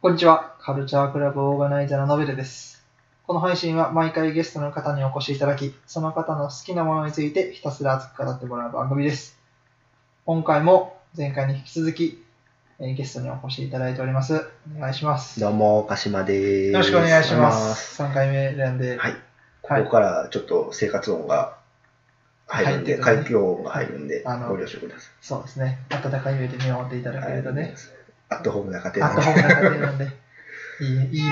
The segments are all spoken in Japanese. こんにちは。カルチャークラブオーガナイザーのノベルです。この配信は毎回ゲストの方にお越しいただき、その方の好きなものについてひたすら熱く語ってもらう番組です。今回も前回に引き続き、えーゲストにお越しいただいております。お願いします。よどうも、鹿島です。ろしくお願いしま。お願いします3回目なんで、はい。はいここからちょっと生活音が入るんで、入ってくるね環境音が入るんで、あのご了承くださそうですね。温かい目で見守っていただい。けるとね、アットホームな家あ庭っとホーのムな家庭なんで、いいいいですね。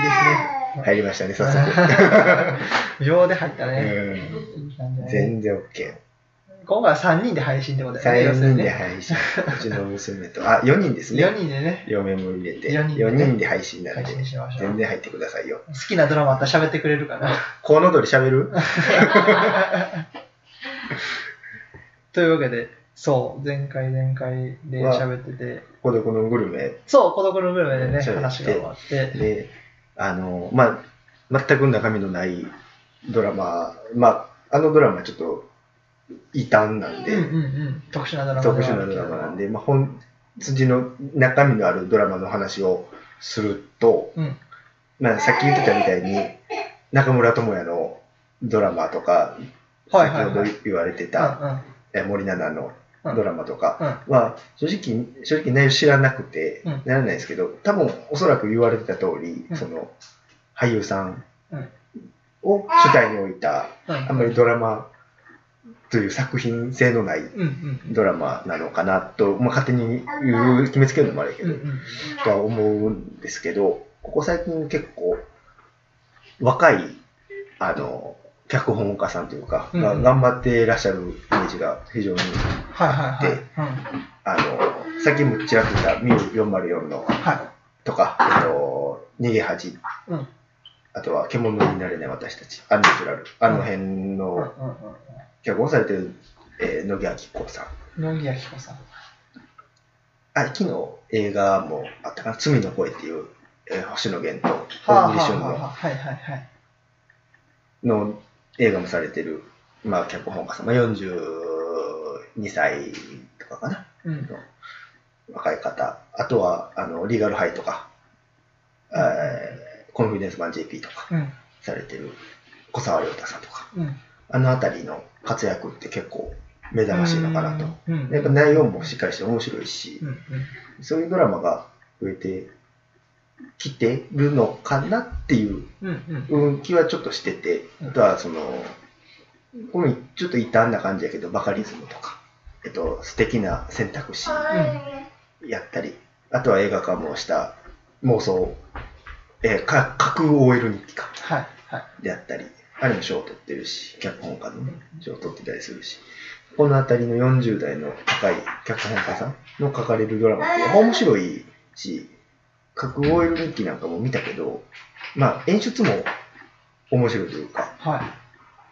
入りましたね、早速。秒で入った ね。ういい感じだんね全然 OK。今回は3人で配信ってことだよね。 3要する人にでね配信。うちの娘と、あ、4人です4ね。人でね、嫁も入れて、四人で4人で配信なん配で、信しましょう。全好然入ってくださいよ。きなドラマあったら喋ってくれるかな。コウノドリ喋 るというわけで、そう、前回前回で喋ってて、孤独のグルメそう、孤独のグルメでね、喋って話が終わって、で、あの、まあ、全く中身のないドラマ、まあ、あのドラマはちょっと異端なんうんで、うんうん、特殊なドラマ特殊なドラマなんでで、まあ、本筋の中身のあるドラマの話をすると、はあるけど。うん、まあ、さっき言ってたみたいに、中村智也のドラマとか、はいはいはい先ほど言われてた、え森七菜のうんうん。ドラマとか、うんは正直正直内容知らなくてうんならないですけど、多分おそらく言われてた通り、うんその俳優さんうんを主体に置いた、はいあんまりドラマという作品性のないうんうんうん。ドラマなのかなと、まあ、勝手に言う決めつけるのもあれやけうんど、うんとは思うんですけどここ最近結構若いあの脚本家さんというか、うんが頑張っていらっしゃるイメージが非常にはいはいはい。でうんあの、さっきもちらっと言ったミュ404のはとか、えっと、逃げ恥、い。うんうんあとは獣になれない私たち、アンナチュラル、あの辺うんのうん。脚本されてる、えー、野木明子さん。野木明子さん。あ、昨日映画もあったかな、罪の声っていう、えー星野源とはあは大栗あ旬はあはあのはいはいはい。の映画もされてる、まあ、脚本家さん、まあ、42歳とかかな。うん。若い方、あとはあのリーガルハイとか、うんえーコンフィデンスマン JP とかうん。されてる小沢亮太さんとか、うん。あの辺りの活躍って結構目覚ましいのかなと。うん。やっぱ内容もしっかりして面白いしう、んうん。そういうドラマが増えてきてるのかなっていううんうん。うん気はちょっとしてて、うんあとはその、これちょっと異端な感じやけど、バカリズムとか、えっと、素敵な選択肢。やったり、あとは映画化もした妄想、えーか架空 OL 日記かはいはい。であったり、あれも賞を取ってるし、脚本家のね、賞を取ってたりするし、この辺りの40代の若い脚本家さんの書かれるドラマって面白いし、架空 OL 日記なんかも見たけど、まあ演出も面白いというか、は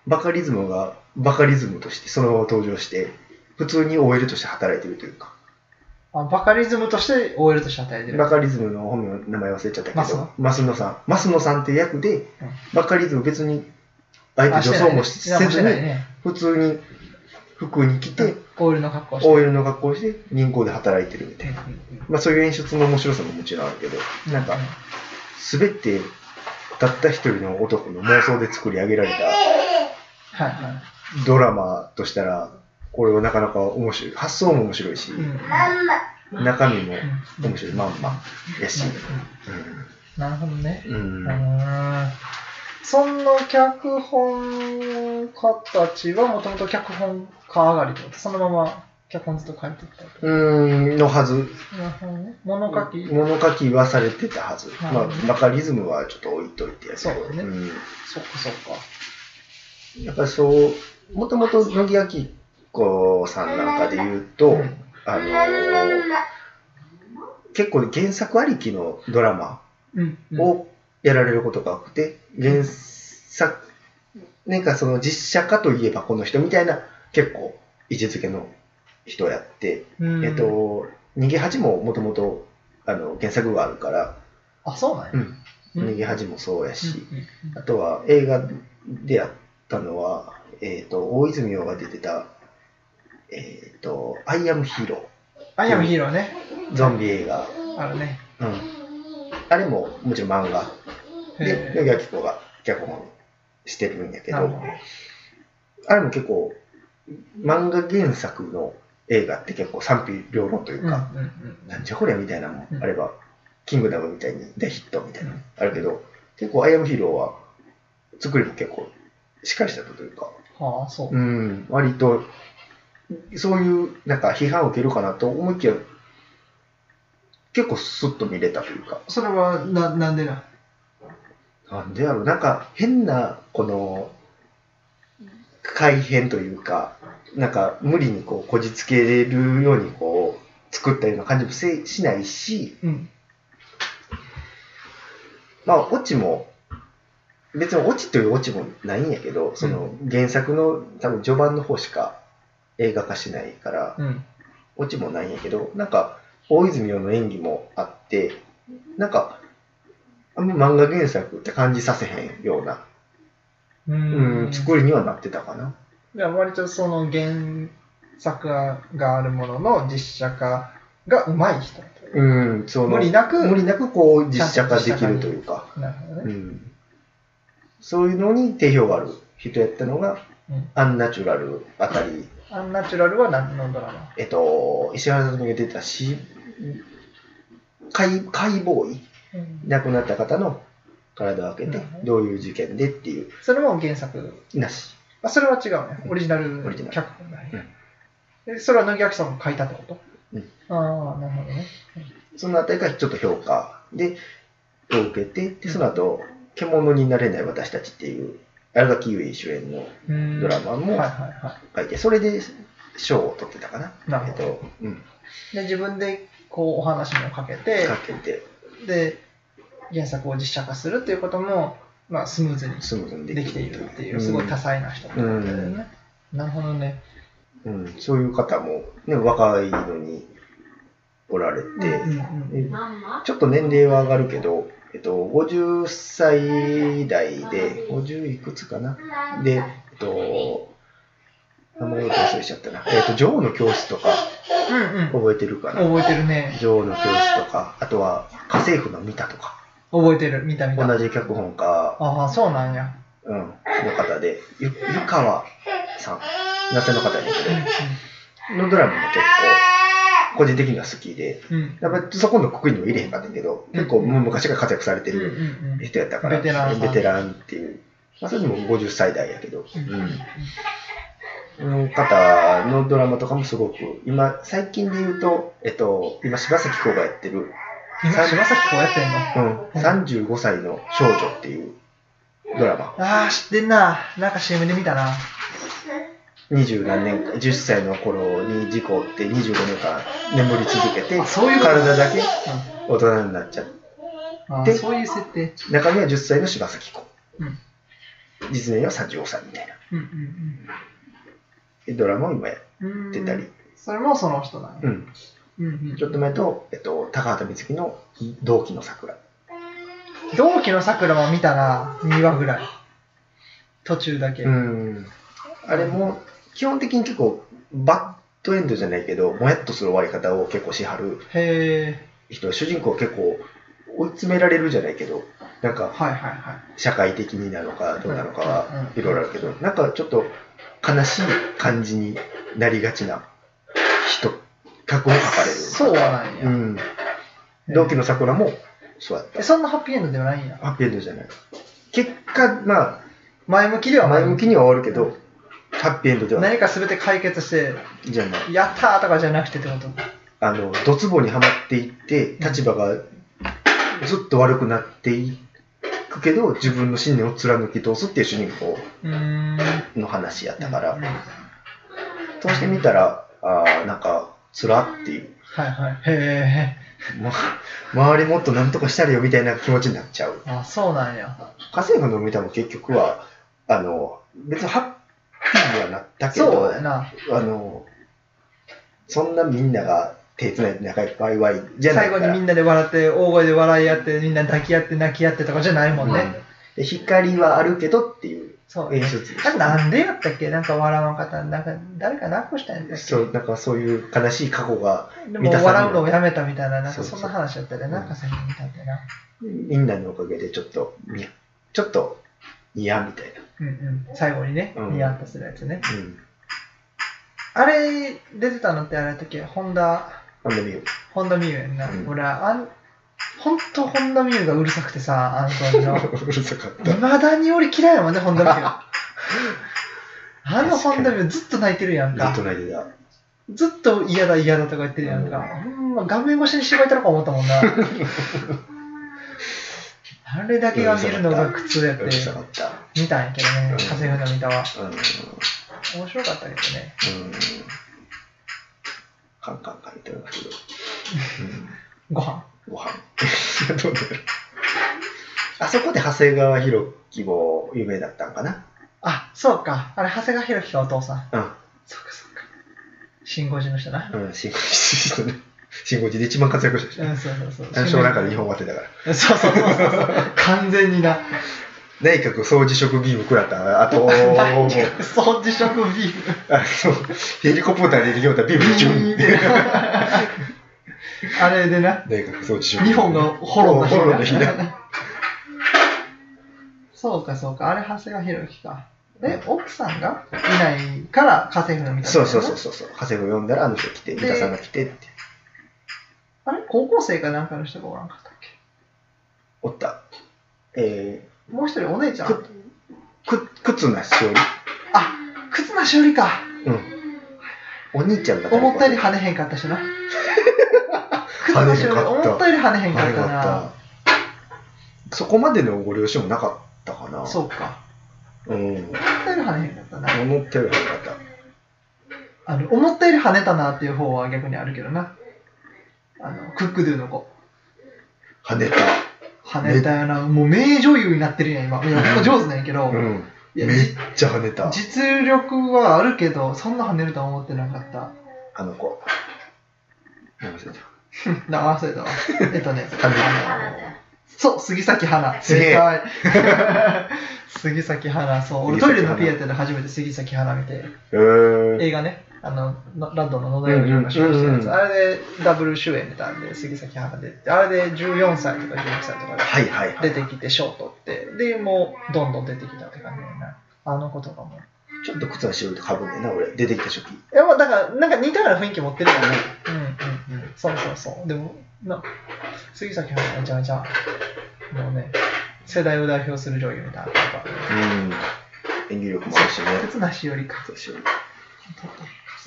バカリズムがバカリズムとしてそのまま登場して、普通に OL として働いてるというか、い。あバカリズムとして OL として働いてる。バカリズムの本名名前忘れちゃったマけスどノ、マスノさん。マスノさんって役で、バカリズム別に、あえてあ女装もせしてないねずしてないに、ね。普通に服に着て、 OL の格好をして。 OL の格好をして、銀行で働いてるみたいな。うんうんまあそういう演出の面白さももちろんあるけど、うんなんか、滑って、たった一人の男の妄想で作り上げられたはいはドラマとしたら、これはなかなか面白い。発想も面白いしい。、うんうん中身もうん面白い。まんまやし。なるほどね。うんううんーん。その脚本家たちはもともと脚本家上がりってことそのまま脚本ずっと書いてきたってこうーん、のはず。となるほどね。物書き。物書きはされてたはず。なるほまあどね、バカリズムはちょっと置いといてやけどそうだねんそっかそっか。やっぱりそう、もともと乃木明子さんなんかで言うと、うんあのー結構原作ありきのドラマうんうん。をやられることが多くて、原作、なんかその実写化といえばこの人みたいな、結構位置づけの人やって、うんえっ、と、逃げ恥ももともとあの原作があるから、あ、そうなんや。うんうん逃げ恥もそうやし、うんうんうんあとは映画でやったのは、えー、と大泉洋が出てた「えー、とアイアムヒーロアイアムヒーローね。ー」ゾンビ映画、あるね。うん、あれももちろん漫画で、へ野木子が脚本してるんやけなるほどど、あれも結構、漫画原作の映画って結構賛否両論といううんうんか、なんじゃこりゃみたいなのもあれば、キングダムみたいに大ヒットみたいなのもあるけど、結構、アイアムヒーローは作りも結構しっかりしたというか、うん。はあ、そう。うん、割と、そういうなんか批判を受けるかなと思いきや、結構スッと見れたというか、それはな、なんでな。なんでやろう、なんか変な、この、改変というか、なんか無理にこう、こじつけれるようにこう、作ったような感じもせしないし、うん。まあ、オチも、別にオチというオチもないんやけど、その原作の多分序盤の方しか映画化しないから、うん。オチもないんやけど、なんか、大泉洋の演技もあって、なんか、あんま漫画原作って感じさせへんような、ううん、作りにはなってたかな。じゃあ割とその原作があるものの実写化がうまい人。うん、その無理なく無理なくこう実写化できるというか、なるほどうね。ん、そういうのに定評がある人やったのが、うんアンナチュラルあたり、アンナチュラルは何のドラマえっと、石原さとみが出たし、解解剖医、亡くなった方の体を開けて、うんどういう事件でっていう、それも原作。なし。あ、それは違うね。オリジナルオリジナル脚本だね。でそれは野木明さんも書いたってことうんああ、なるほどね。そのあたりがちょっと評価で、を受けて、でその後、獣になれない私たちっていう、新垣結衣主演のうんドラマもはいはいは書いて、それで賞を取ってたかな。い。なるえっほど。と、うん、で、自分でこうお話もかけて、かけて、で、原作を実写化するっていうことも、まあスムーズにスムーズにできているっていう、すごい多彩な人ってことだよね。なるほどね。うん、うんそういう方も、ね、若いのにおられて、うんうんえちょっと年齢は上がるけど、えっと、50歳代で、50いくつかな。で、えっと、名前を忘れちゃったな。えっと、女王の教室とか、うんうん覚えてるかな。覚えてるね。女王の教室とか、あとは、家政婦の見たとか、覚えてる。見た見た。同じ脚本家ああ、そうなんや。うん、の方で、ゆ湯川さん、なせの方やねんけど、のドラマも結構、個人的には好きで、うんうん。やっぱりそこの国にも入れへんかったんやけど、結構もう昔から活躍されてうんうんるうん。人やったから、ベテランさんテランっていう、まあ、それでも50歳代やけど、うんうんうん、の方のドラマとかもすごく、今、最近で言うと、えっと、今、柴咲コウがやってる、今、柴咲こうやってんのうん、35歳の少女っていうドラマ、ああ、知ってんな。なんか CM で見たな。二十何年間、10歳の頃に事故って25年間眠り続けて、あそういうこと体だけ大人になっちゃって、あーでそういう設定。中身は10歳の柴咲コウうん実年は35歳みたいな。うんうんでドラマを今やっうん。うんてたり、。それもその人だうね。ん、うんうんちょっと前と、えっと、高畑充希の同期の桜。同期の桜は見たな。2話ぐらい。途中だけ。うん、あれも基本的に結構バッドエンドじゃないけどもやっとする終わり方を結構しはるへえ。人主人公は結構追い詰められるじゃないけどなんかはいはいはい。社会的になのかどうなのかうんうんはうんいろいろあるけどなんかちょっと悲しい感じになりがちな人格を書かれるそうなんや。うん、同期の桜もそうやっえたそんなハッピーエンドではないんや。ハッピーエンドじゃない結果ま前向きであはない前向きには終わるけどハッピーエンドではない何か全て解決して、じゃないやったーとかじゃなくてってこと。あの、ドツボにはまっていって、立場がずっと悪くなっていくけど、自分の信念を貫き通すっていう主人公うーん。の話やったかうらん、はいそうしてみたら、あーなんか、つらっていう、はい。へま、周りもっとなんとかしたらよみたいな気持ちになっちゃう。え。あ、そうなんや。家政婦の見たも結局は、あの、別にハッピーにはなったけど、そうやな。あの、そんなみんなが手つないで仲良くワイワイじゃない最か後らにみんなで笑って、大声で笑い合って、みんな抱き合って泣き合ってとかじゃないもんね。うんで光はあるけどっていうそう。演出。なんなんでやったっけなんか笑わんかった。なんか誰かなくしたんやったっけそう、なんかそういう悲しい過去が、で見もたさ笑うのをやめたみたいな、なんかそうそそうんな話やったで、なんうかん最近見たんだよな。みんなのおかげでちょっと、にちょっと、嫌みたいうんうん。最後にねう、んニヤッとするやつね。な。うあん。れ、出てたのってあれやったっけホンダ、なんで見よう。ホンダミュウやんなう。ん俺、あん、ほんとホンダミュウがうるさくてさ、あの当 時の。うるさかった。未だに俺嫌いやもんね、ホンダミュウ。 あのホンダミュウずっと泣いてるやんずっかと。泣いてた。ずっと嫌だ嫌だとか言ってるやんか。ほんま画面越しにしばいたのか思ったもんな。あれだけが見るのが苦痛やってうる。さかった。見たんやけどねうん、家政婦の見たは。うん。うん。面白かったけどね。カンカンカンってなるけど。ご飯。うん。ご飯。 どうだろう。あそこで長谷川博己も有名だったんかな。あ、そうか。あれ、長谷川博己かお父さん。うん。そうかそうか。新五時の人な。うん、新五時、新五時で一番活躍したう人。ん、そうそうそう。あの小なんかで日本当てだから。そうそうそうそう。完全にな。内閣総辞職義務食らった 後、大あと、学総辞職ビーム。あの、ヘリコプターで逃げようたらビブリチュンって。 あれでな、内閣総辞職。日本がホロの日ホロの日だ。そうかそうか。あれ、長谷川博己か。え、奥さんがいないから家政婦の見たんだそようなそうそうそうそう。長谷川呼んだらあの人来て、で三田さんが来てって。あれ高校生かなんかの人がおらんかったっけおった。えもう一人お姉ちゃー、ん。く、く、靴なしおり。あ、忽那勝利か。うん。お兄ちゃんだから。思ったより跳ねへんかったしな。忽跳那勝ねへん利、かった思ったより跳ねへんか早ったかな。った。そこまでのご了承もなかったかな。そうか。う。うん。思ったより跳ねへんかったな。思ったより早かった。あの思ったより跳ねたなっていう方は逆にあるけどな。あのクックドゥの子。跳ねた。跳ねたよな。もう名女優になってるやん、今。いや、ほんま上手なんやけど。うん。いやめっちゃ跳ねた。実力はあるけど、そんな跳ねるとは思ってなかった。あの子。なんか忘れたなあ、忘れたわ。えっとね、跳ねあのそう、杉咲花。すげえ正解 杉咲花、そう。俺トイレのピエテで初めて杉咲花見て、えー。映画ね、あの、のラッドの野田洋次が主演したやうんうんうんうつ、んあれでダブル主演出たんで、杉咲花で、あれで14歳とか16歳とかはいはいはでい。出てきて、賞取って、で、もうどんどん出てきたって感じだよな。あの子とかも。ちょっと靴の白いとかぶんねんな、俺。出てきた初期。いや、まあだから、なんか似たような雰囲気持ってるよね。うんうんうん。そうそうそう。でも、な、杉咲花めちゃめちゃ、もうね、世代を代表する女優みたいな。やっぱうん。演技力もあるしね。靴なしよりか。靴の白い。家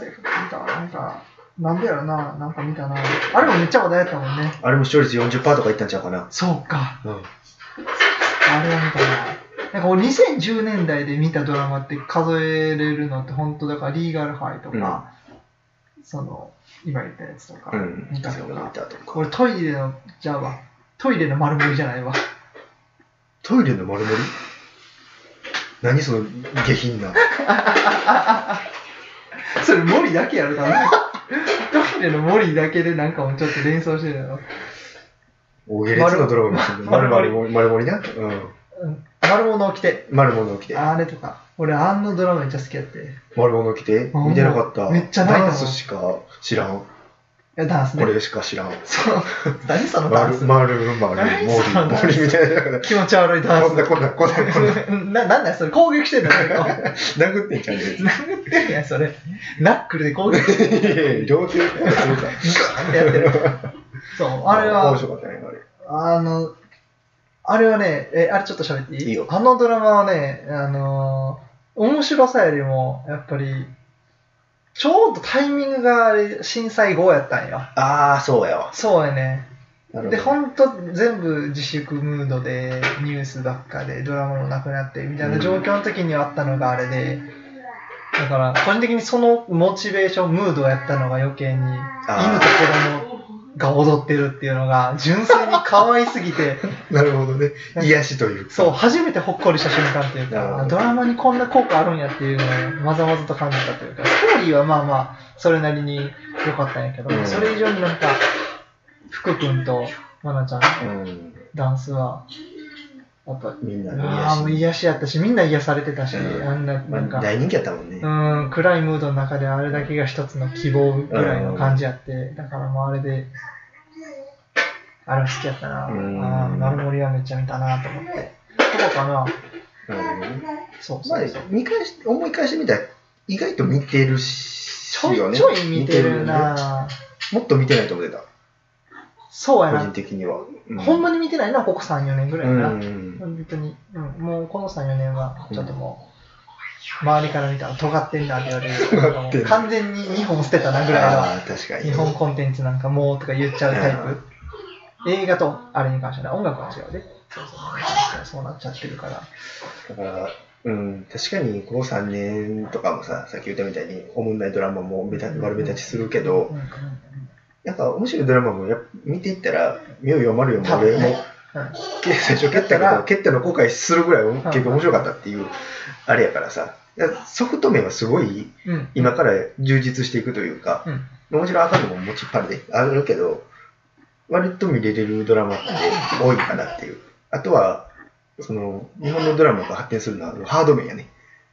政婦見たなんか、なんでやろな、なんか見たな。あれもめっちゃ話題やったもんね。あれも視聴率40%とかいったんちゃうかな。そうか。うん。あれは見たな。なんか俺2010年代で見たドラマって数えれるのって本当だからリーガルハイとか、その、今言ったやつとか、うん。見たそとう見か。たとか。俺トイレの、じゃあわ、トイレの丸盛りじゃないわ。トイレの丸盛り何その下品な。 それ森だけやるため。 トイレの森だけでなんかもうちょっと連想してるよ。大げれつなドラマですね。丸丸丸盛り丸盛りな。うん。うん丸物を着て、丸物着て。あれとか。俺あんなドラマめっちゃ好きやって。い丸物着て。あ見てなかった。めっちゃ泣いたもダんンスしか知らん。や、ダンスこね。れしか知らん。そう。 何そのダン丸、ス丸、丸、モリ、何モリそのダンスみたいな。だか気持ち悪いダらンこスん。な、こんな、こんな、こん な。な、なんだよ、それ攻撃 してんだよ。殴ってんじゃんね。殴ってんやん、それ。ナックルで攻撃していやいや両手でこうやってするから。やってる。そう、あれは面、白かったね、あれ。あの、あれはね、え、あれちょっと喋っていいいいよあのドラマはね、あのー面白さよりも、やっぱり、ちょうどタイミングがあれ震災後やったんよ。 ああ、そうやわ。そうやね。なるほで、ど。ほんと全部自粛ムードで、ニュースばっかで、ドラマもなくなって、みたいな状況の時にあったのがあれで、だから、個人的にそのモチベーション、ムードをやったのが余計に、犬と子供が踊ってるっていうのが、純粋に可愛すぎ て、なるほどね。癒しというか。そう、初めてほっこりした瞬間っていうなるほかど、ドラマにこんな効果あるんやっていうのをわざわざと感じたというか、ストーリーはまあまあ、それなりに良かったんやけど、うんそれ以上になんか、福君と愛菜ちゃんのうん。ダンスは、やっぱ、みんなうわあもう癒やし癒しやったし、みんな癒されてたし、うんあんな、まなんか、あ大人気やったもんね。うん、暗いムードの中であれだけが一つの希望ぐらいの感じやって、だからもうあれで、あれは好きやったな。うんあー丸森はめっちゃ見たなと思って。どこかなうんそうまあそうそう。、見返し思い返してみたら、意外と見てるし、ちょいちょい見てるなもっと見てないと思ってた、そうや個人な。的には。うほんまに見てないな、ここ3、4年ぐらいやな。うん本当に、うん、もうこの3、4年は、ちょっともう、周りから見たら尖ってんだって言われ尖ってる。る完全に2本捨てたなぐらあー確かいに。の、日本コンテンツなんかもうとか言っちゃうタイプ。映画と、あれに関しては、音楽は違うで。そうそうそうなっちゃってるから。だから、うん、確かにここ3年とかもさ、さっき言ったみたいに、おもんないドラマもベタ丸目立ちするけど、うんうんなんか面白いドラマもやっぱ見ていったら、妙よまるよも多分俺ねも、最初 蹴ったけど、蹴ったの後悔するぐらい結構面白かったっていう、あれやからさ、だからソフト面はすごいうんうん今から充実していくというか、うんもちろん赤のも持ちっぱであるけど、割と見れれるドラマって多いかなっていう。あとは、その、日本のドラマが発展するのはハード面やね。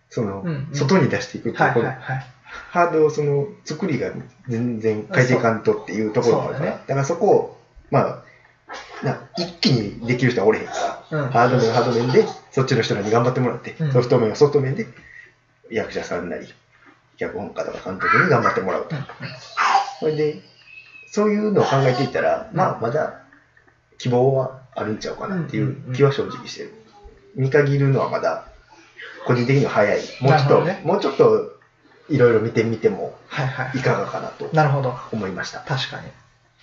その、うんうん外に出していくってはいいうこはいの、はい。ハードをその、作りが全然変えていかんとっていうところもあるから、そうだからそこを、まあ、な一気にできる人はおれへんから、うんハード面はハード面で、そっちの人らに頑張ってもらって、うんソフト面はソフト面で、役者さんなり、脚本家とか監督に頑張ってもらうと。それで、そういうのを考えていったら、まあ、まだ希望はあるんちゃうかなっていう気は正直してる。見限るのはまだ、個人的には早い。もうなちょっるほと、どねもうちょっと、いろいろ見てみてもはいはいかがかなとい。なるほど。思いました。確かに。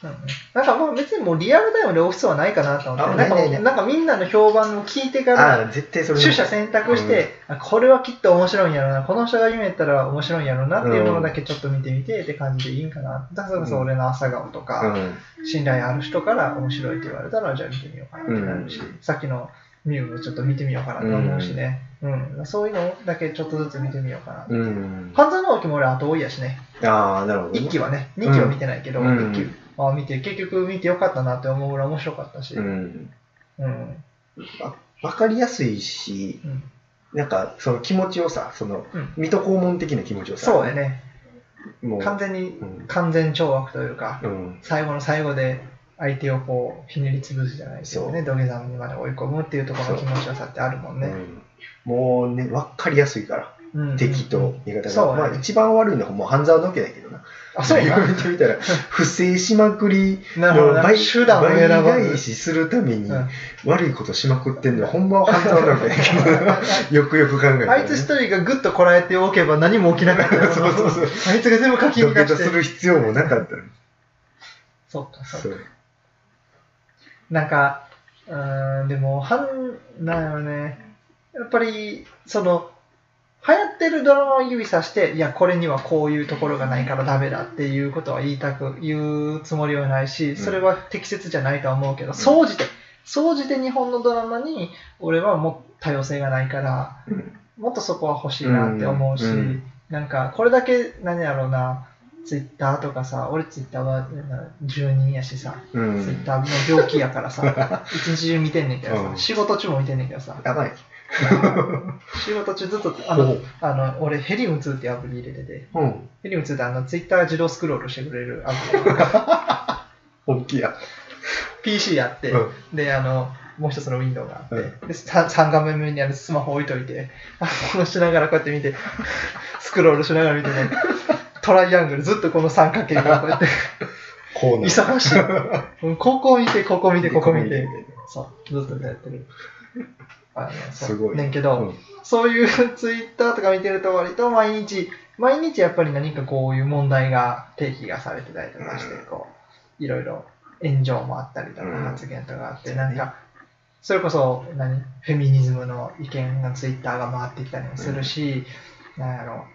うんうんなんかもう別にもうリアルタイムで追う必要はないかなと思って、あなんかなもいないうなんかみんなの評判を聞いてから、ああ、絶対それ取捨選択して、あこれはきっと面白いんやろうな、この人が夢やったら面白いんやろうなっていうものだけちょっと見てみてって感じでいいんかな。だからこそ俺の朝顔とうか、ん。信頼ある人から面白いって言われたら、じゃあ見てみようかなってなるし、うんさっきのミュウもちょっと見てみようかなと思うしね、うんそういうのだけちょっとずつ見てみようかな。うん。半沢直樹も俺後追いやしね、ああ、なるほどね。 1期はね、2期は見てないけど、うん一期は見て、結局見てよかったなって思うぐらい面白かったし、ううんん。うんわわかりやすいし、なんか、その気持ちよさ、その、うん水戸黄門的な気持ちよさ。そうや。ね、もう、完全にうん完全懲悪というか、うん。最後の最後で相手をこうひねり潰すじゃないですよね、土下座にまで追い込むっていうところの気持ちよさってあるもんうね。んもうね、わかりやすいから、うん敵と味方そうが。やねまあ、一番悪いのはもう半沢直樹だけどな。あ、そうや見てみ たら、不正しまくりな。なるほのどな。倍手段を選ば倍ず返。しするためにうん悪いことしまくってんのは、ほんまは半沢直樹 だけど、よくよく考えたらねあいつ一人がぐっとこらえておけば何も起きなかったよな そうそうそうあいつが全部書き土下出座しすて。る必要もなかったのにそっか、そっかそう。なんか、うーん、でも、はん、なんやろね。やっぱり、その、流行ってるドラマを指さして、いや、これにはこういうところがないからダメだっていうことは言いたく、言うつもりはないし、それは適切じゃないとは思うけど、総じて、総じて日本のドラマに、俺はもう多様性がないから、うんもっとそこは欲しいなって思うし、うんうんなんか、これだけ、何やろうな、ツイッターとかさ、俺ツイッターは10人やしさ、うんツイッターの病気やから さ、一日中見てんねんけどさ、うん仕事中も見てんねんけどさ、高い。仕事中ずっと、あほの、うあの俺、ヘリウム2ってアプリ入れてて、うん。ヘリウム2ってあの、ツイッター自動スクロールしてくれるアプ リ、本気や。 PC やって、うんで、あの、もう一つのウィンドウがあって、うで 3, 画面目にあるスマホ置いといて、あこのしながらこうやって見 て、スクロールしながら見てね、トライアングルずっとこの三角形がこうやって、こうな る忙しい。 うんここ見て、ここ見て、ここ見て。ここ見てそう、ずっとやってる。あのそうすごい。ねんけど、うんそういう ツイッターとか見てると割と毎日、毎日やっぱり何かこういう問題が提起がされてたりとかして、うんこう、いろいろ炎上もあったりとかうん発言とかあって、そうねなんか、それこそ何、フェミニズムの意見がツイッターが回ってきたりもするし、なんやろ、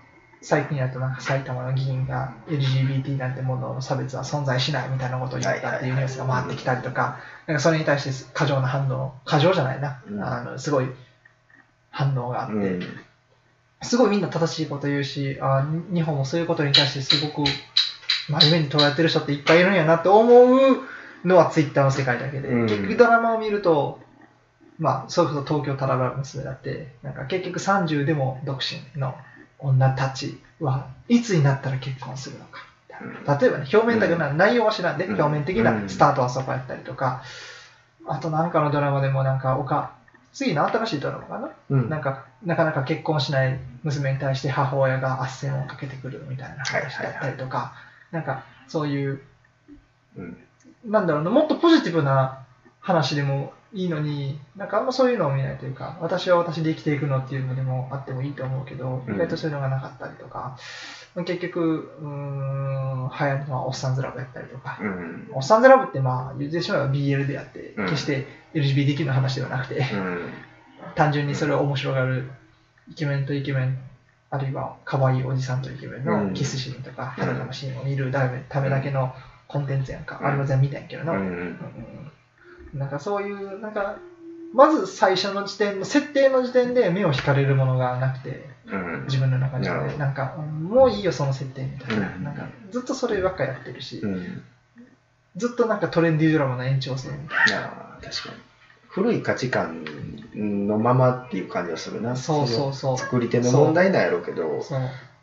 最近だとなんか埼玉の議員が LGBT なんてものの差別は存在しないみたいなことを言ったっていうニュースが回ってきたりとか、なんかそれに対して過剰な反応、過剰じゃないな、うんあのすごい反応があって、うんすごいみんな正しいこと言うし、あ日本もそういうことに対してすごく真面目に捉えてる人っていっぱいいるんやなって思うのはツイッターの世界だけで、うん結局ドラマを見ると、まあ、それこそ東京タラバラ娘だって、なんか結局30でも独身の女たちはいつになったら結婚するのか。例えばね、表面だけな、内容は知らんで、うん表面的なスタートはそこやったりとか、あとなんかのドラマでもなんか、おか、次の新しいドラマかな、うん。なんか、なかなか結婚しない娘に対して母親が斡旋をかけてくるみたいな話だったりとか、なんか、そういう、うん。なんだろうな、もっとポジティブな話でもいいのに、なんかあんまそういうのを見ないというか、私は私で生きていくのっていうのでもあってもいいと思うけど、う意ん外とそういうのがなかったりとか、結局、うーん、流行るのはおっさんずラブやったりとか、うん。おっさんずラブってまあ言ってしまえば BL であってうん、決して LGBTQ の話ではなくて、うん。単純にそれを面白がるイケメンとイケメン、あるいは可愛いおじさんとイケメンうのんキスシーンとか、うん裸のシーンを見るためだけのコンテンツやんか、うんあれは全部見たんやけどな。うん。うんなんかそういう、なんか、まず最初の時点の、設定の時点で目を惹かれるものがなくて、うん。自分の中で、なるほどなんか、うんもういいよ、その設定みたいな。うんなんか、ずっとそればっかやってるし、うん。ずっとなんかトレンディードラマの延長線みたいああ、確かに。古い価値観のままっていう感じはするな。な。そうそうそう。作り手の問題なんやろうけど。そう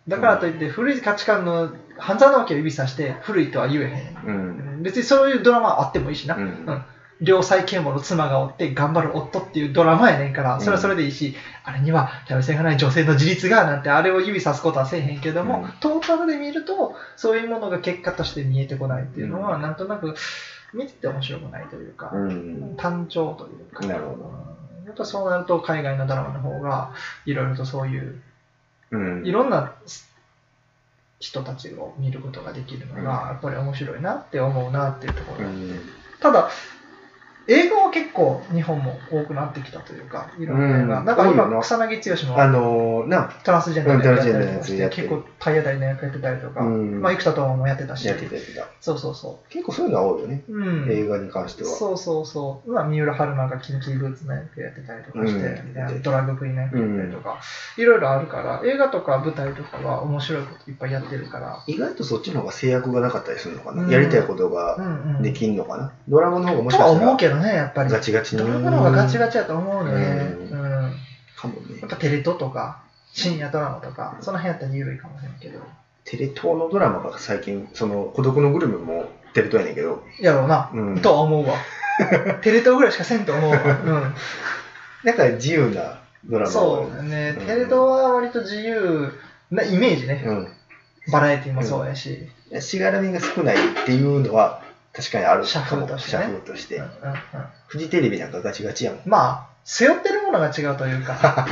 だからといって、古い価値観の犯罪なわけを指さして、古いとは言えへうん。ん。別にそういうドラマはあってもいいしな。うんうん良妻賢母の妻がおって頑張る夫っていうドラマやねんから、それはそれでいいし、あれには多様性がない女性の自立がなんてあれを指さすことはせえへんけども、うんトータルで見ると、そういうものが結果として見えてこないっていうのは、うんなんとなく見てて面白くないというか、うん。単調というか、なるほどうんやっぱそうなると海外のドラマの方が、いろいろとそういう、うん。いろんな人たちを見ることができるのが、やっぱり面白いなって思うなっていうところ。うん。ただ、映画は結構日本も多くなってきたというか、いろんな映画。うんなんか多いよ今、な草薙剛あものー、な、トランスジェンダーのやつやったりとかして、うんトランスジェンダーのやつやって結る構体当たりの役やってたりとか、うんまあ、生田斗真もやってたしやっ、てたやってた。そうそうそ結構そういうのは多いよね。う。うん。映画に関しては。そうそうそう。まあ、三浦春馬がキンキーブーツの役やってたりとかして、うんであとドラッグクイーンの役やったりとか、いろいろあるから、映画とか舞台とかは面白いこといっぱいやってるから、意外とそっちの方が制約がなかったりするのかな、うんやりたいことうがんうん。できんのかな、ドラマの方がもしとはかした思うらけどね、やっぱりガ。チガチにドラマの方がガチガチやと思うのね。ううんかもねやっぱテレ東とか、深夜ドラマとか、その辺やったら緩いかもしれんけど。テレ東のドラマが最近その孤独のグルメもテレ東やねんけど、やろうな、うんとは思う わ。テレ東ぐらいしかせんと思うわ。うんなんか自由なドラマ多いそうだね、うんテレ東は割と自由なイメージね。バラエティもそうやし。うん、しがらみが少ないっていうのは確かにあるシャッフルとしてねシャッフルとしうんてうんうんフジテレビなんかガチガチやもん まあ、背負ってるものが違うというか、確かに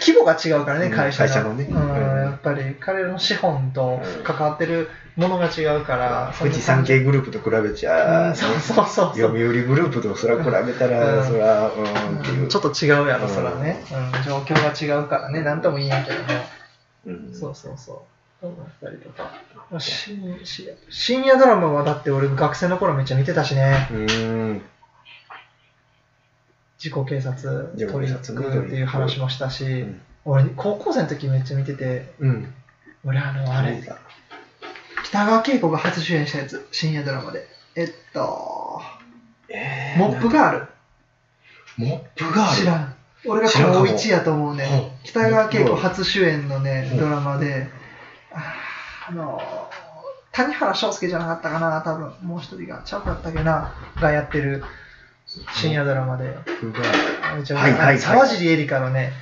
規模が違うからね、うん会社の。会社のねうん、うんやっぱり彼らの資本とうん関わってるものが違うから、富士山系グループと比べちうゃ、んそうそうそうそう読。売グループとそら比べたら、うんそらうんっていう、ちょっと違うやろ、うんそらね、うん。状況が違うからね、なんとも言えんけども。うんそうそうそう。そうだったりとか。しし深夜ドラマはだって俺学生の頃めっちゃ見てたしね。うーん自己警察、自己ト警リ察ックっていう話もしたし、ん俺高校生の時めっちゃ見てて、うん俺あの、あれ、北川景子が初主演したやつ、深夜ドラマで。えっと、えーモップガール。モップガール知らん。俺が知らんか高も1やと思ううんね。北川景子初主演のねう、んドラマで、あーあのー、谷原章介じゃなかったかな、多分もう一人が、ちゃうかったっけな、がやってる深夜ドラマで、モップガーめちゃはいはいはい沢尻エリカのね、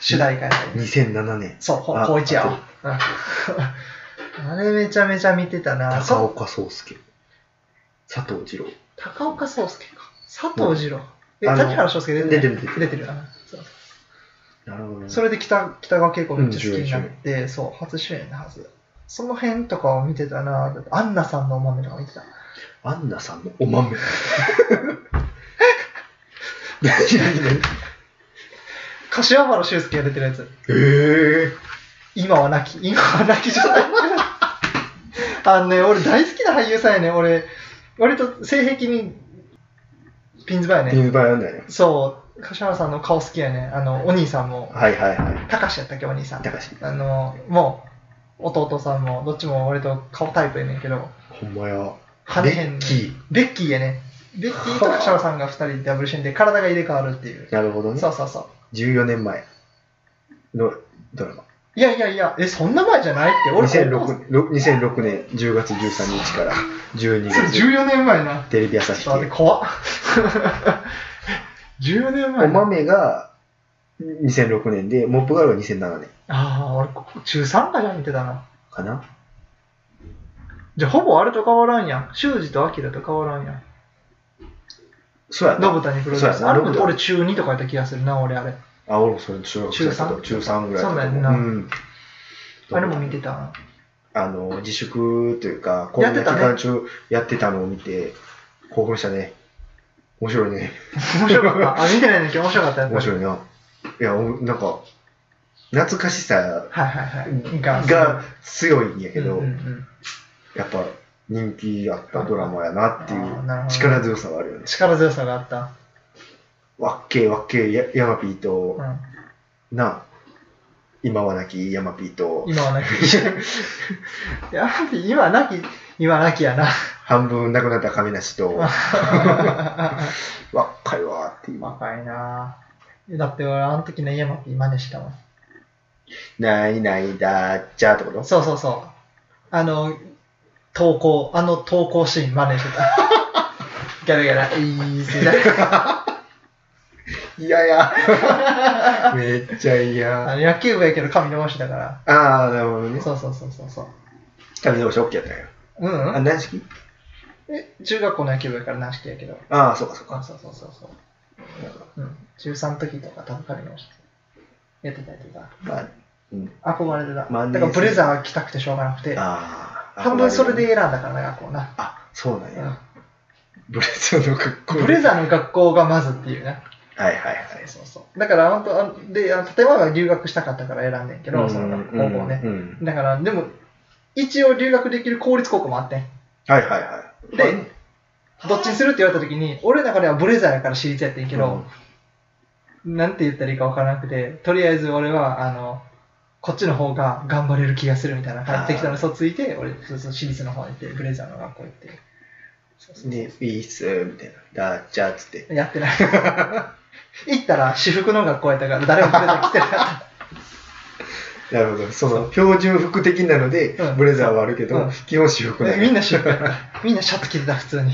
主題歌やったルり、 2007年そう、ほあ高1やわあ。うん あれめちゃめちゃ見てたな。高そ岡壮介佐藤二郎高岡壮介か。佐藤二郎。え、あの谷原章介出てる出てる出てるよな。そうなるほどねそれで北北川景子めっちゃ好きになって、そう、初主演のはず。その辺とかを見てたな、アンナさんのお豆とか見てた。アンナさんのお豆何何何柏原修介が出てるやつ。ええ今は泣き、今は泣きじゃ ない。あのね、俺大好きな俳優さんやねん、俺。割と性癖にピンズバやー、ピね。ンバイアンだよねそう、柏原さんの顔好きやね。あの、お兄さんも、はいはいは高志やったっけ、お兄さいん。高橋あの、もう、弟さんも、どっちも割と顔タイプやねんけど、ほんまや跳ねへんねベッキーベッキーやね。ベッキーとカシャワさんが2人ダブル主演で体が入れ替わるっていう。なるほどねそ。うそうそう。 14年前のドラマ。いやいやいや、え、そんな前じゃないって、俺高校 2006, ろ2006年10月13日から12月、 14年前な。テレビ朝日ちょっと待っ系て、。怖っ。14年お前な。豆が2006年で、モップガールが2007年ああ、俺、ここ中3かじゃん見てたな。かな。じゃあ、ほぼあれと変わらんやん。修二と明と変わらんやん。そうやな。信谷プロデューそうス。やなあれも信谷俺中2とかやった気がするな、俺あれ。あ、俺もそれ中学生だったと中中三3ぐらいだったとそう思だよなうん。あれも見てたな。あの、自粛というか、コロやっナて期たね間中やってたのを見て、興奮したね。面白いね。面白か った。あ、見てないんだけど面白かったやっぱり面白いな。いや、おなんか、懐かしさはいはいはい。が強いんやけど、うんうんやっぱ人気あったドラマやなっていあーなるほうど力強さはあるようねん、。力強さがあった。わっけーわっけーやヤマピーと、うん、な、今はなきヤマピーと、今はなき。 やはり今はなき、今はなきやな。 半分なくなった亀梨と、わっかいわーって今。若いなぁ。だって俺、あの時の家も今でしたもん。ないないだーっちゃーってことそうそうそう。あの、投稿、あの投稿シーン真似してた。ギャラギャラ、いいっすねいやいや。 めっちゃ嫌。あの野球部やけど髪伸ばしてたから。ああ、なるほどね。そうそうそうそうそう。髪の毛 OK やったんや。うん、うあ、ん、軟式え中学校の野球部やから軟式やけど。ああ、そうかそうか。あそうそうそうそう。うん、中3の時とか多分髪伸ばしてた。やってたやってた。まあ、うん。憧れてた。まあだからブレザー着たくてしょうがなくて、ああ。半分それで。選んだからな、学校な。あ、そうなんや。ブレザーの格好。ブレザザーの学校がまずっていうね。ーはいはいはい。そうそう。だから、本当あので、あの建前は留学したかったから選んでんけど、そのうん学校もね。うんうんだから、でも、一応留学できる公立高校もあってんはいはいはい。でどっちにするって言われた時に、俺の中ではブレザーやから私立やってんけど、なんて言ったらいいかわからなくて、とりあえず俺は、あの、こっちの方が頑張れる気がするみたいな感じで適当に嘘ついて、俺、そうそう私立の方行って、ブレザーの学校行って。そうそううん、で、ピースみたいな。だーっちゃーっつって。やってない。 行ったら私服の学校やったから誰もブレザー着てなかっなるほど。その、標準服的なのでう、んブレザーはあるけうどん、基本私服た。なえみんな。な私 服やったみんなシャツ着てた、普通に。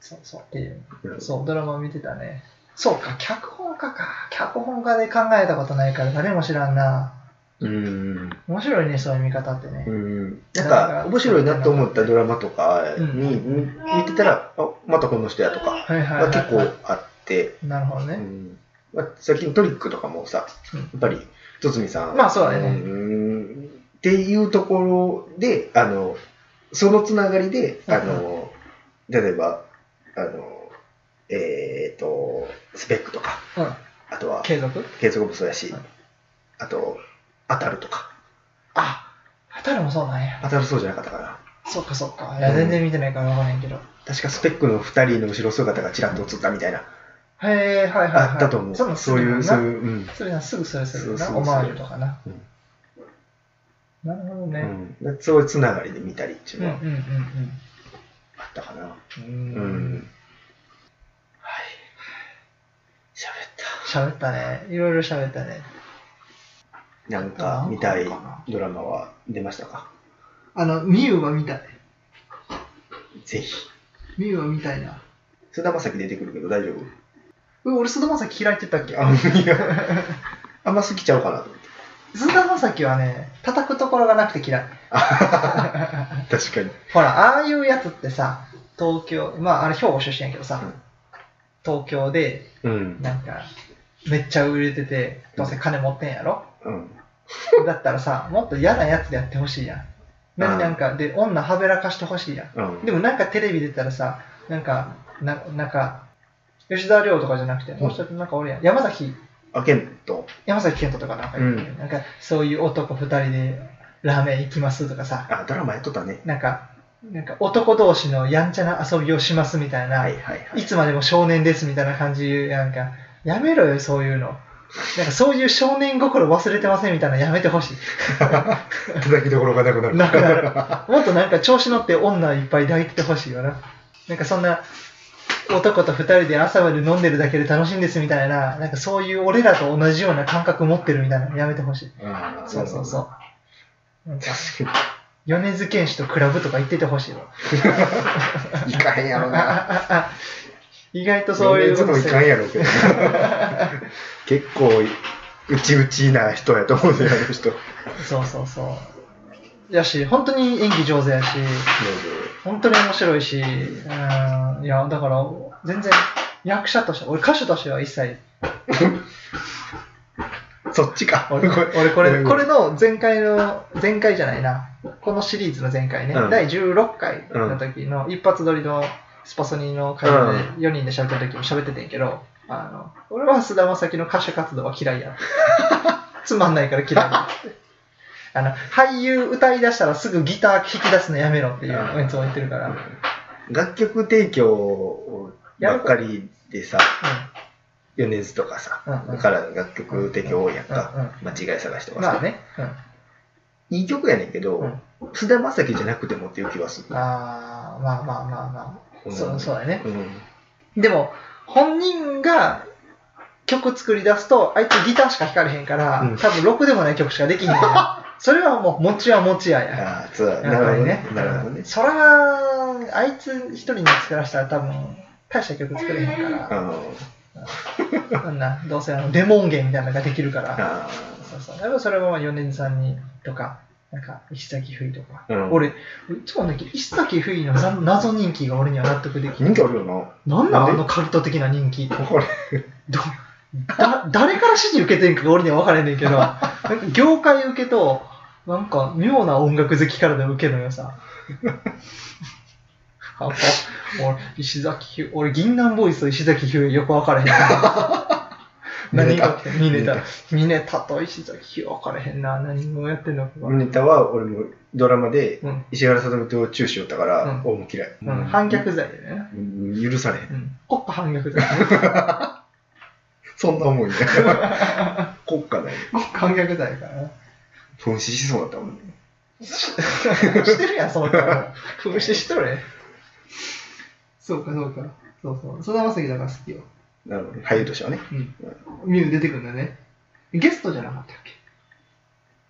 そうそう。っていう。そう、ドラマ見てたね。そうか、脚本家か。脚本家で考えたことないから誰も知らんな。うん。面白いね、そういう見方ってね。うんなんか面白いなと思ったドラマとかにうみ見てたら、あまたこの人やとか、はいはい、まはあ、い。結構あって、なるほどうね。んまあ、最近トリックとかもさ、うんやっぱり戸次さん、まあそうだねんっていうところであのそのつながりであの、例えばあのえっ、とスペックとかうん。あとは継続継続もそうやし、うんあと当たるとかあ、当たるもそうなんや。当たるそうじゃなかったかな。そっかそっか。いや、全然見てないからわからへんけど。確かスペックの2人の後ろ姿がちらっと映ったみたいな、へえ、はいはい、はい。あったと思う。それもすそうぐいやんう、なそういう、うん。それなすぐそれするそうな、そうオマージュとかなうん。なるほどうね。んでそういうつながりで見たりっていううんうのんはあったかな。うんううんん。。はい。喋っ喋ったね。いろいろ喋ったね。た。なんか見たいドラマは出ましたかあの、ミユは見たい。ぜひ。ミユは見たいな。菅田将暉出てくるけど大丈夫う俺、菅田将暉嫌いって言ったっけあいや あんま好きちゃうかなと思って。菅田将暉はね、叩くところがなくて嫌い。確かに。ほら、ああいうやつってさ、東京、まあ、あれ、兵庫出身やけどさうん、東京で、うん。なんか、めっちゃ売れてて、どうせ金持ってんや ろうん。だったらさ、もっと嫌なやつでやってほしいやん。なうんなんか、で、女はべらかしてほしいやん。うん。でもなんかテレビ出たらさ、なんか、ななんか、吉沢亮とかじゃなくて、んもう一人なんか俺やん。山崎、あけんと。山崎賢人とかなんか、うんなんか、そういう男二人でラーメン行きますとかさ、あ、ドラマやっとったね。なんか、なんか男同士のやんちゃな遊びをしますみたいな、はいい、はいはい。つまでも少年ですみたいな感じやんか。やめろよ、そういうの。なんかそういう少年心忘れてませんみたいなのやめてほしい。 叩きどころがなくなる。なくなる。もっとなんか調子乗って女いっぱい抱いててほしいよな。なんかそんな、男と二人で朝まで飲んでるだけで楽しいんですみたいな、なんかそういう俺らと同じような感覚持ってるみたいなのやめてほしい。ああ、そうそうそう。なんか、確か米津玄師とクラブとか行っててほしいわ。に。いかへんやろな。意外と そういうつもいするかんやろうけど。結構、うちうちな人やと思うんだよ、あの人。そうそうそう。やし、本当に演技上手やし、本当に面白いし、うん、いや、だから、全然、役者として、俺歌手としては一切、そっちか。俺、俺これ、これうんの前回の、前回じゃないな、このシリーズの前回ね、うん第16回の時の一発撮りのスパソニーの会話でう4人で喋った時も喋っててんけど、あの、俺は菅田将暉の歌手活動は嫌いや。 つまんないから嫌い や。あの、俳優歌い出したらすぐギター弾き出すのやめろっていうのをいつも言ってるから。うん楽曲提供ばっかりでさ、米津とかさ、うんうんから楽曲提供多いやんうんうんか、間違い探しとかさ、まあね。うんいい曲やねんけうどん、菅、田将暉じゃなくてもっていう気はする。あーまあまあまあまあ、うんそうそうだねうんでも本人が曲作り出すとあいつギターしか弾かれへんから、うん多分ろくでもない曲しかできん ねんやそれはもう持ちは持ちややああ、そうだ、なやっるぱほどりねね。なるほどね。そらあいつ一人に作らせたら多分大した曲作れへんから、あそんなどうせあのデモ音源みたいなのができるからあそうそう。やっぱそれもまあ米津さんにとか、なんか石崎ふいとか。うん俺、ちょっとね、石崎ふいのざ謎人気が俺には納得でき人ない。気あるよな。なんななんんであのカルト的な人気。これ、どだ誰から指示受けてんかが俺には分からへんねんけど、なんか業界受けと、なんか妙な音楽好きからの受けの良さ。あもう俺、石崎ひゅ俺、銀杏ボイスと石崎ひゅーよく分からへん。何が起きてミネタ。ミネタと石崎ひゅー分からへんな。何をやってんのかが。ネタは俺もドラマでうん石原さとみとチューしよったから、うん俺も嫌い。うん、反逆罪だよね。うん許されへん。うん。国家反逆罪。そんな 思いね。国家だよ。国家反逆罪やからな。噴死しそうだったもんね。してるやん、その顔。 風刺しとれ。そうか、そうか。そうそう。菅田将暉だから好きよ。なるほど。俳優としてはね。うん。ミュウ出てくるんだね。ゲストじゃなかったっけ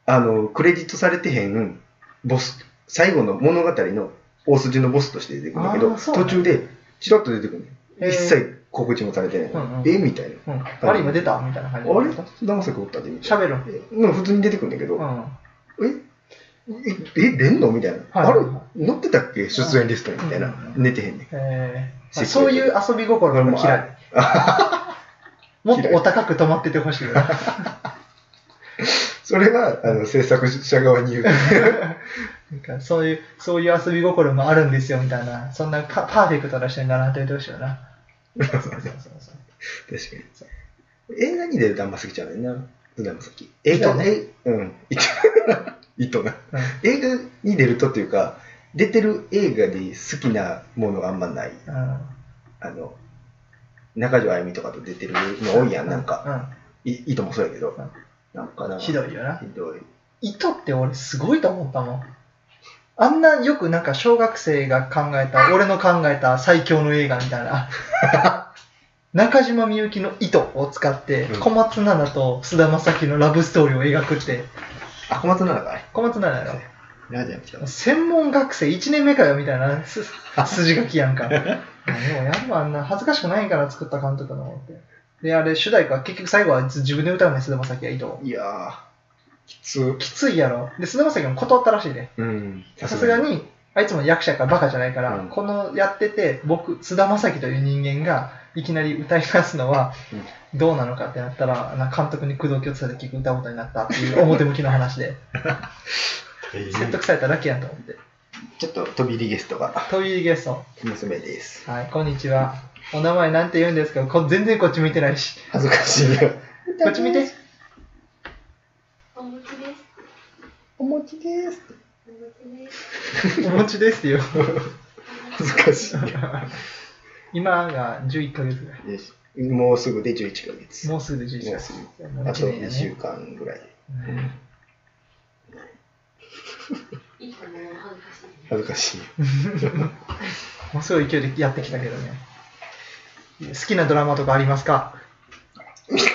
あの、クレジットされてへん、ボス、最後の物語の大筋のボスとして出てくるんだけど、あーそうなん途だ中で、チラッと出てくるへね。ー一切告知もされてない。うんうんえみたいな。うん。あれ今出たみたいな感じあれ菅田将暉おったでみたいな。喋るん。えでも普通に出てくるんだけど、うん。ええ、え出んのみたいな。はいはいあれ載ってたっけ出演リストにみたいなうん。寝てへんねん。えー、せっかくそういう遊び心が嫌 い。もっとお高く止まっててほしいよ な。それは、あの、制作者側に言うと。なんかそういう、そういう遊び心もあるんですよみたいな、そんなパパーフェクトな人にならんといてほしいよな。そうそうそうそう。確かに。映画に出るとあんま好きちゃうねんな、菅田将暉。映画そうねね。えうん。 いとな。うん映画に出るとっていうか、出てる映画で好きなものがあんまない。うんあの、中条あやみとかと出てるの多いやん、なんか。か、いいともそうやけどうん。なんかうな。ん、ひどい。いよなひどい。糸って俺すごいと思ったもんあんなよくなんか小学生が考えた俺の考えた最強の映画みたいな 中島みゆきの糸を使ってうん小松菜奈と菅田将暉のラブストーリーを描くってあ、小松菜奈かあれ。小松菜奈やろラジャー来た。専門学生1年目かよみたい なす筋書きやんか何もやるわあんな恥ずかしくないから作った監督の思ってであれ主題歌結局最後は自分で歌うね菅田将暉が糸をいやー、きつ。きついやろで菅田将暉も断ったらしいねうん。さすが。に、あいつも役者やからバカじゃないから、うんこのやってて、僕、菅田将暉という人間が、いきなり歌い出すのは、どうなのかってなったら、な監督に口説きを伝えて結局歌うことになったっていう表向きの話で、説得されただけやと思って。ちょっと飛び入りゲストが、というゲスト、娘です。はい、こんにちは。お名前なんて言うんですかこ全然こっち見てないし。恥ずかしいよ。こっち見て。 お餅です。お餅です。お餅です。お持ちですよ。恥ずかしい今が11ヶ月ぐらい。よし。もうすぐで11ヶ月。もうすぐで11もヶうす月。ぐもうあ1と年や2週ね。間ぐらうい。んいいかも、恥ずかしい。恥ずかしいよ。 ものすごい勢いでやってきたけどね。好きなドラマとかありますか見たこ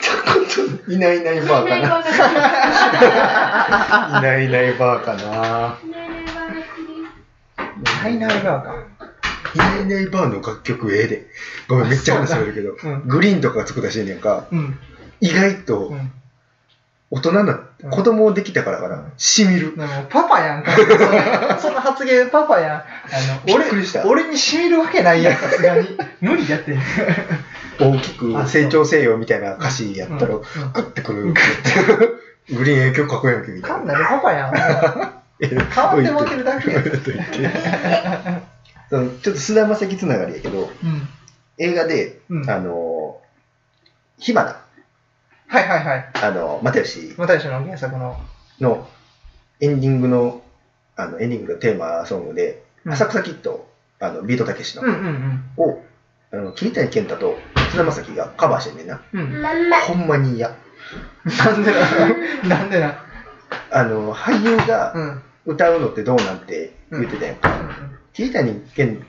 といないいないバーかな。いないいないバーかな。いないいないばあが好きです。ないないバーか。いないいないバーの楽曲ええで。ごめん、めっちゃ話されるけど、そうだうんグリーンとかが作ったシーンやんか、うん。意外とうん。大人な、うん子供できたからかな、しみる。でもパパやんか。 それその発言パパやん。あのびっくりした俺俺に染みるわけないやん、さす がに。無理だって。大きくあそう成長せよみたいな歌詞やったら、うんうグんッてくる。グリーン影響かっこよくみたかんいなな。るパパやん。変わってもうてるだ けやと言って。そのちょっと菅田将暉つながりやけど、 うん。映画で、うん。あはいのー、火花、はいはい。あのー、又吉又吉の原作の。のエンディングの、あの、エンディングのテーマソングで、うん浅草キッド、あの、ビートたけしの、うんうんを、あの、桐谷健太と菅田将暉がカバーしてんねんな。うん。うん。ママ。ほんまに嫌。なんで な、なんでな。あの、俳優うがん。歌うのってどうなんて言ってたやんか。桐谷健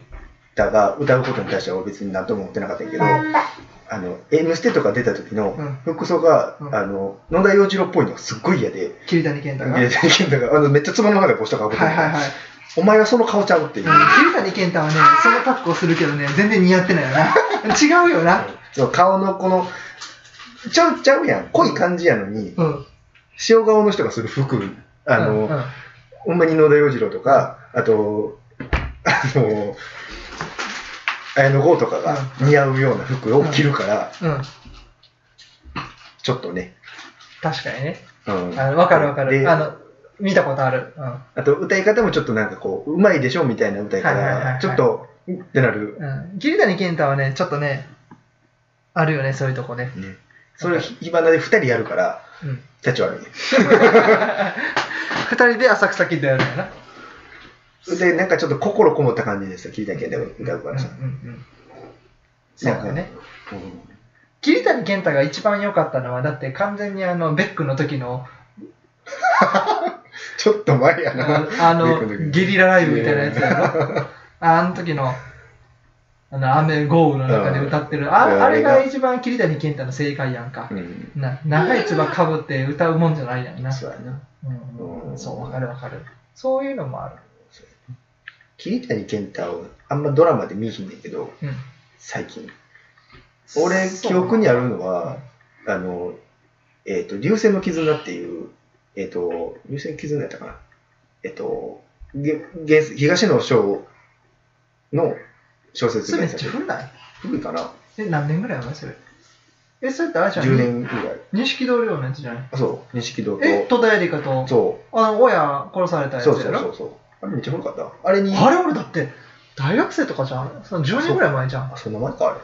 太が歌うことに対しては俺別になんとも思ってなかったんやけど、ママ。あの、M ステとか出た時うのん服装が、うんあの、野田洋次郎っぽいのがすっごい嫌で、桐谷健い太やが。はいいやいやだからあのめっちゃつまの中で帽子とかぶってるはいはい。お前はその顔ちゃうっていう。桐谷健太はね、その格好するけどね、全然似合ってないよ な。違うよな。その顔のこの、ちゃうちゃうやん。濃い感じやのに、うん。塩顔の人がする服、あの、うんうんほんまに野田洋次郎とか、あと、あの、綾野剛とかが似合うような服を着るから、うん。ちょっとね。確かにね。うんあのわかるわかでる。あの、見たことある。うん。あと歌い方もちょっとなんかこう、うまいでしょみたいな歌い方はいはいはいはが、いちょっと、うんってなる。うん。桐谷健太はね、ちょっとね、あるよね、そういうとこね。ね、それを火花で2人やるから、うん。立ち悪いね。二人で浅草キッドやるんやな。で、なんかちょっと心こもった感じですよ、聞いたけど、歌うからさ。うんうんうん。そうだね。うん桐谷健太が一番良かったのは、だって完全にあの、ベックの時の、ちょっと前やな。あ のベックの時の、ゲリラライブみたいなやつやろ。ああの時の、あの、雨、豪雨の中で歌ってる。うんああれあがれが一番桐谷健太の正解やんかう。ん。な長いつばかぶって歌うもんじゃないやんな。そうやな。うんうん、そう、わかるわかる。そういうのもある。桐谷健太をあんまドラマで見ひんねんけど、うん、最近。俺、そう記憶にあるのうはん、あの、えっ、と、流星の絆っていう、えっ、と、流星の絆やったかな。えっ、と、げげ東野翔の小説それがめっちゃ古ない古いかなえ、何年ぐらい前それ。え、それってあれじゃん。 10年ぐらい。錦戸亮のやつじゃないあ、そう、錦戸と。え、戸田恵梨香と、そあの、親殺されたう、やつそやうろそうそうそう。あれめっちゃ古かった。あれに、あれ俺だって、大学生とかじゃんその ?10 年ぐらい前じゃん。あそんな前か、あれ。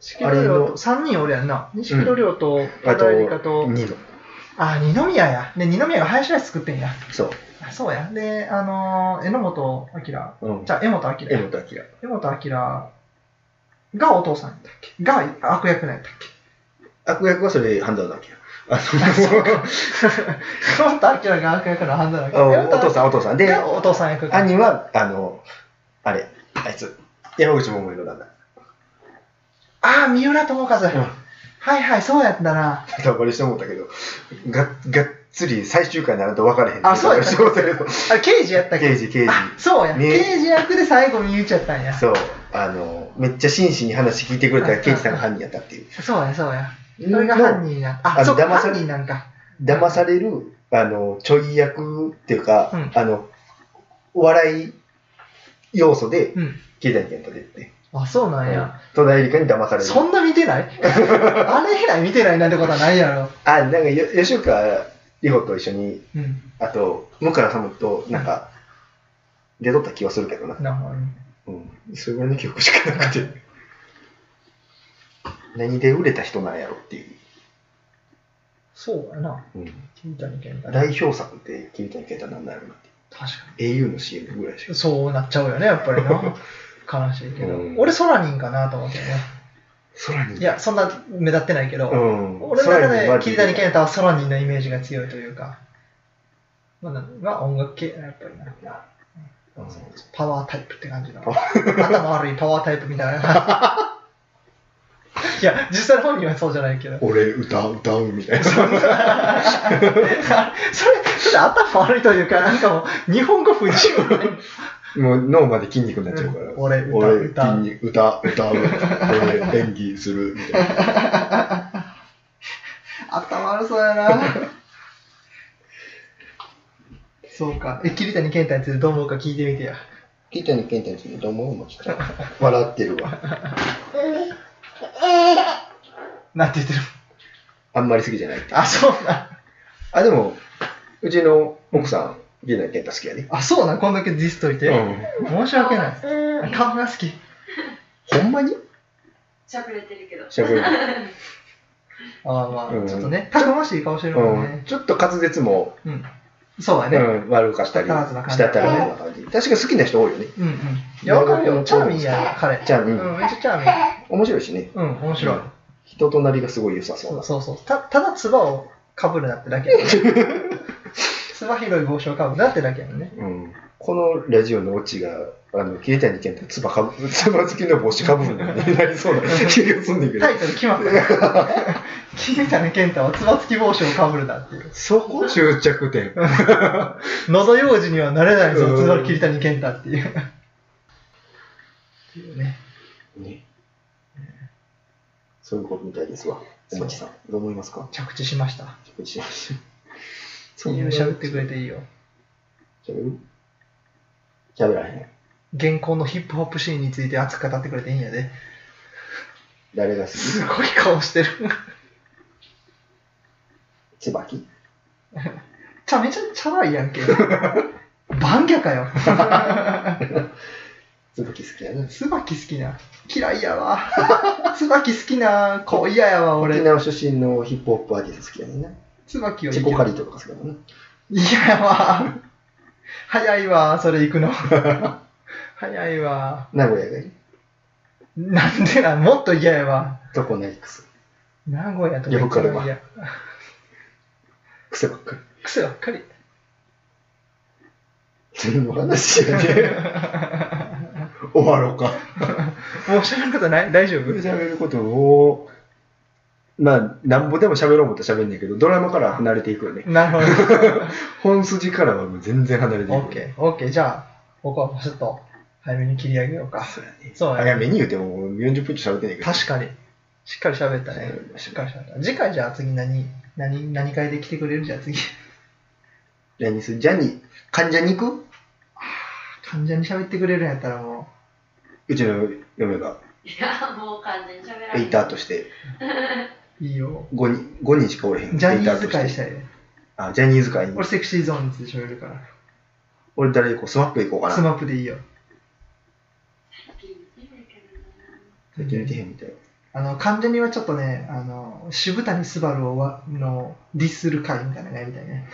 錦戸亮と、3人俺やんな。錦戸亮と、戸あと田恵梨香と、ニーノあ、二宮や。で、二宮が林ライス作ってんや。そう。あそうや。で、あのー、榎本明。じゃうん。あ、榎本明柄や。本明。榎本明がお父さんやったっけが悪役なんやったっ 悪役はそれ、半沢直樹や。あけ榎本明が悪役の判断だっけの、おお父んさん、お父さん。で、がお父さん役か。兄は、あの、あれ、あいつ、山口百恵の旦那。ああ、三浦友和。うん。はいはい、そうやったな。ネタバレして思ったけど、ががっつり最終回になると分からへん。あそうやネタバレして思ったあれ、刑事やったっけど。刑け事、刑事。あそうや、ね刑事役で最後に言っちゃったんや。そう。あの、めっちゃ真摯に話聞いてくれたら、うん刑事さんが犯人やったっていう。そうや、そうや。それが犯人や。ああ、そうか、騙さ犯れ人なんか。騙されるあのちょい役っていうか、うんあのお笑い要素でうん。桐谷健太出ててあ、そうなんや。戸田恵梨香に騙されるそんな見て ないあれ以来見てないなんてことはないやろ。あなんかよ吉岡里帆と一緒にうん。あと向原さんとなんか出とった気はするけどな、なるほど。うん、それぐらいの記憶しかなくて何で売れた人なんやろっていう、そうやな。うん、金谷健太。確代表作って桐谷健太なんだろうなってか au の CM ぐらいでしょに。そうなっちゃうよね、やっぱ りな。悲しいけど。うん俺、ソラニンかなと思ってね。空にいや、そんな目立ってないけど、うん、俺の中で桐谷健太太はソラニンのイメージが強いというか、まあ、なまあ、音楽系、やっぱりな。うんパワータイプって感じの。頭悪いパワータイプみたいな。 いや、実際の本人はそうじゃないけど。俺歌う歌うみたいな。それ、それ頭悪いというか、なんかもう、日本語不自由ない。 もう脳まで筋肉になっちゃうから。うん俺歌俺歌筋肉歌歌う。俺演技するみたいな。頭悪そうやな。 そうか。え、桐谷健太についてどう思うか聞いてみてや。キタニケンタについてどう思うの聞かれた 笑ってるわ。なんて言ってるあんまり好きじゃないって。あ、そうなん。あ、でも、うちの奥さん、キタニケンタ好きやで。あ、そうなん。こんだけディスっといて。申し訳ない。顔が好き。うん。ほんまにしゃくれてるけど。しゃべる。ああまあ、うんちょっとね、たくましい顔してるもんうんね。ちょっと滑舌も、うん。そうやうね。ん、悪かったり、舌足らずな感じ舌足らずな感じ。確か好きな人多いよね。うんうん。いや、わかるよ。チャーミーや、彼。チャーミうーん、めっちゃチャーミー。面白いしね。うん、面白い。人となりがすごい良さそうそうな。そうそう。たただ、つばをかぶるなってだけ。 つば広い帽子をかぶるなってだけやもんね。うん、このラジオのオチが、あの、消えたにけんと、つばかぶ、つば付きの帽子かぶるのになりそうな気がすんねんけどタ。イトル決まったよ。 桐谷健太はつば付き帽子をかぶるなっていう。そこ終着点。喉用事にはなれないぞ、うんつば桐谷健太っていう。っていうね。ねそういうことみたいですわ。そおうもちさん、どう思いますか着地しました。おもちさんいいよ、喋ってくれていいよ。喋る喋らへん。現行のヒップホップシーンについて熱く語ってくれていいんやで。誰が好きすごい顔してる。つばきちゃめちゃチャラいやん け。番ャかよ。つばき好きやな。椿好きな。嫌いやわ。椿好きな子嫌やわ、沖俺。縄出身のヒップホップアーティスト好きやねんな。椿よりチェコカリーとか好きやもんな。嫌やわ。早いわ、それ行くの。早いわ。名古屋がいい。なんでなん、もっと嫌やわ。どこナイクス。名古屋とかよくあるわ一番嫌。癖ばっかり。癖ばっかり。何の話 やね。終わろうか。もう喋ることない大丈夫喋ることを、まあ、なんぼでも喋ろう思ったら喋んねんけど、ドラマからは離れていくよね。なるほ ど。本筋からはもう全然離れていく。オッケー、オッケー、じゃあ、ここはもうちょっと早めに切り上げようか。そうやね。そうやね早めに言うてももう40分以上喋ってんねんけど。確かに。しっかり喋ったね。しっかり喋った。次回じゃあ次何、何、何回で来てくれるじゃあ次。 ジャニス、ジャニ、患者に行く患者に喋ってくれるんやったらもうちの嫁がいや、もう完全に喋らウなェい。イターとしてう、いいよ。 5人 ,5 人しかおれへん。ジャニーウェズイタと会し。してたいね。あ、ジャニーズ会に。俺俺、セクシーゾーンについて喋るから。誰行こうスマップ行こうスかな。マップでいいよ。最近見てないか最近見てへんみたい。あの、患者にはちょっとね、あの、渋谷スバルをわのディスする会みたいなのやりたい ね。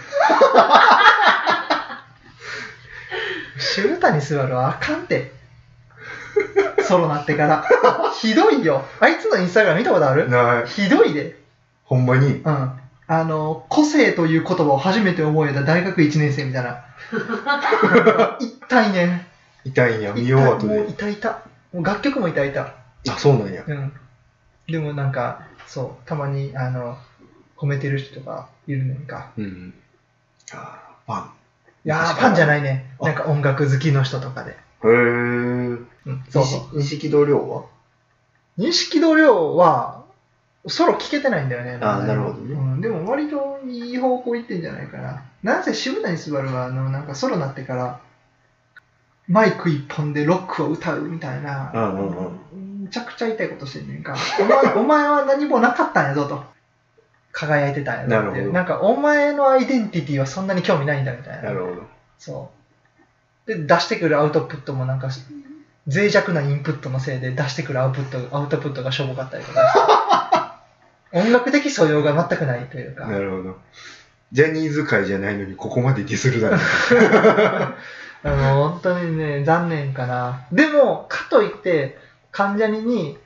渋谷スバルはあかんて。ソロなってから。ひどいよ。あいつのインスタグラム見たことあるない。ひどいで。ほんまに。うん。あの、個性という言葉を初めて思えた大学1年生みたい な。痛いね。痛いんや、見よう痛い後もでう。痛い痛い。もう楽曲も痛い痛い。あ、そうなんや。うん。でもなんか、そう、たまに、あの、褒めてる人とかいるねんか。うん。あー、パ。いやー、ファンじゃないいね。あなんか音楽好きの人とかで。へー。うん、そうそう。錦錦戸亮は錦戸亮は、ソロ聴けてないんだよね。あーまだなるほどねうん。でも割といい方向行ってんじゃないかな。なんせ渋谷昴は、あの、なんかソロになってから、マイク一本でロックを歌うみたいな、うんうんめちゃくちゃ痛いことしてんねんか。お前お 前は何もなかったんやぞと。輝いてたんやぞってなるいほう。どなんか、お前のアイデンティティはそんなに興味ないんだみたいなな。るほど。そう。で、出してくるアウトプットもなんか、脆弱なインプットのせいで出してくるアウトプットアウトプットがしょぼかったりとか して。音楽的素養が全くないというか。なるほど。ジャニーズ界じゃないのにここまでディスるだろ。あの、本当にね、残念かな。でも、かといって、関ジャニに、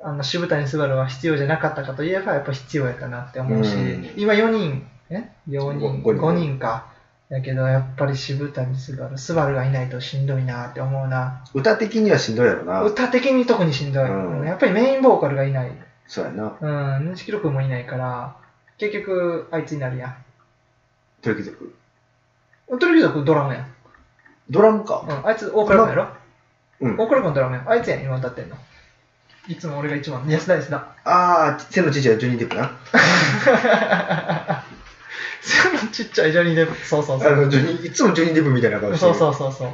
あの、渋谷すばるは必要じゃなかったかといえば、やっぱ必要やったなって思うし、うん今4人、え ?4 人、ご5五人人か、えだけど、やっぱり渋谷すばる、すばるがいないとしんどいなって思うな。歌的にはしんどいやろな。歌的に特にしんどい。うんやっぱりメインボーカルがいない。そうやな。うん、認識力もいないから、結局、あいつになるやん。トリキ族。トリビュー族ドラムやん。ドラムか。うん、あいつ大倉君やろうん。大倉君ドラムやん。あいつやん、今歌ってんの。いつも俺が一番。安田安田。あー、背のちっちゃいジョニー・デップな。 そのちっちゃいジョニーデップ。そうそうそあう。の、ジョニー、いつもジョニー・デップみたいな顔してそる。うそうそうそう。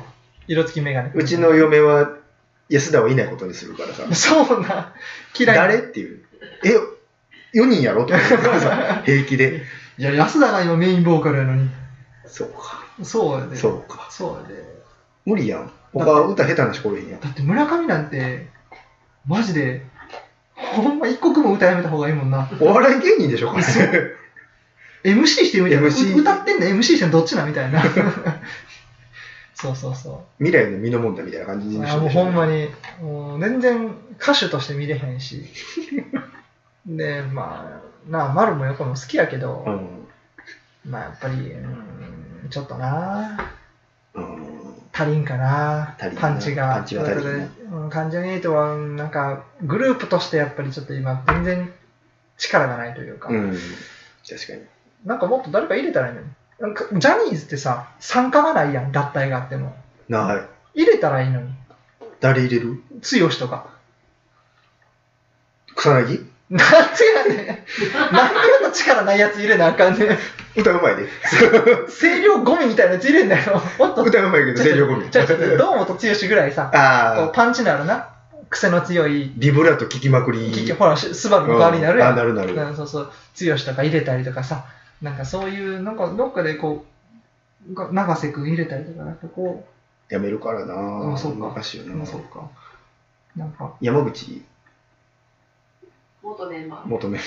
色付きメガネ。うちの嫁は、安田はいないことにするからさ。そうな。嫌いな誰っていう。え、4人やろとか言うか らさ、平気で。いや、安田が今メインボーカルやのに。そうか。そうやで。そうか。そうやで。無理やん。他歌下手なしこれへんやん。だって村上なんて、マジで、ほんま一刻も歌やめた方がいいもんな。お笑い芸人でしょ、これ。そう MC してみたいな。 MC う歌ってんの MC してんのどっちなみたいな。 そうそうそ未来の身のもんだみたいな感じう。にいしてやもうほんまに、もう全然歌手として見れへんし。で、まあ、なあ、丸も横も好きやけど、うん。まあやっぱり、うん、ちょっとなうん。足りんかな足りんなパンチが。パンチが足りんなうん関ジャニ∞は、なんか、グループとしてやっぱりちょっと今、全然力がないというか、うん。確かに。なんかもっと誰か入れたらいいのに。なんかジャニーズってさ、参加がないやん、脱退があっても。なあ、入れたらいいのに。誰入れる強しとか。草薙なんでやねん。なんであんな力ないやつ入れなあかんねん。歌うまいで。声量ゴミみたいなやつ入れんだよ。もっと。歌うまいけど、声量ゴミ。ちょちょちょ堂本剛ぐらいさ、こあうあ、パンチのあるな、癖の強いビブラート聞きまくり。結局ほら、しスバルの代わりになるやん。うんあなるなるうんそうそう。剛とか入れたりとかさ、なんかそういう、なんかどっかでこう、が永瀬君入れたりとか、なんかこやめるからなあそうかおかしいよう、なまあそうか。なんか、山口元メンバー。求め。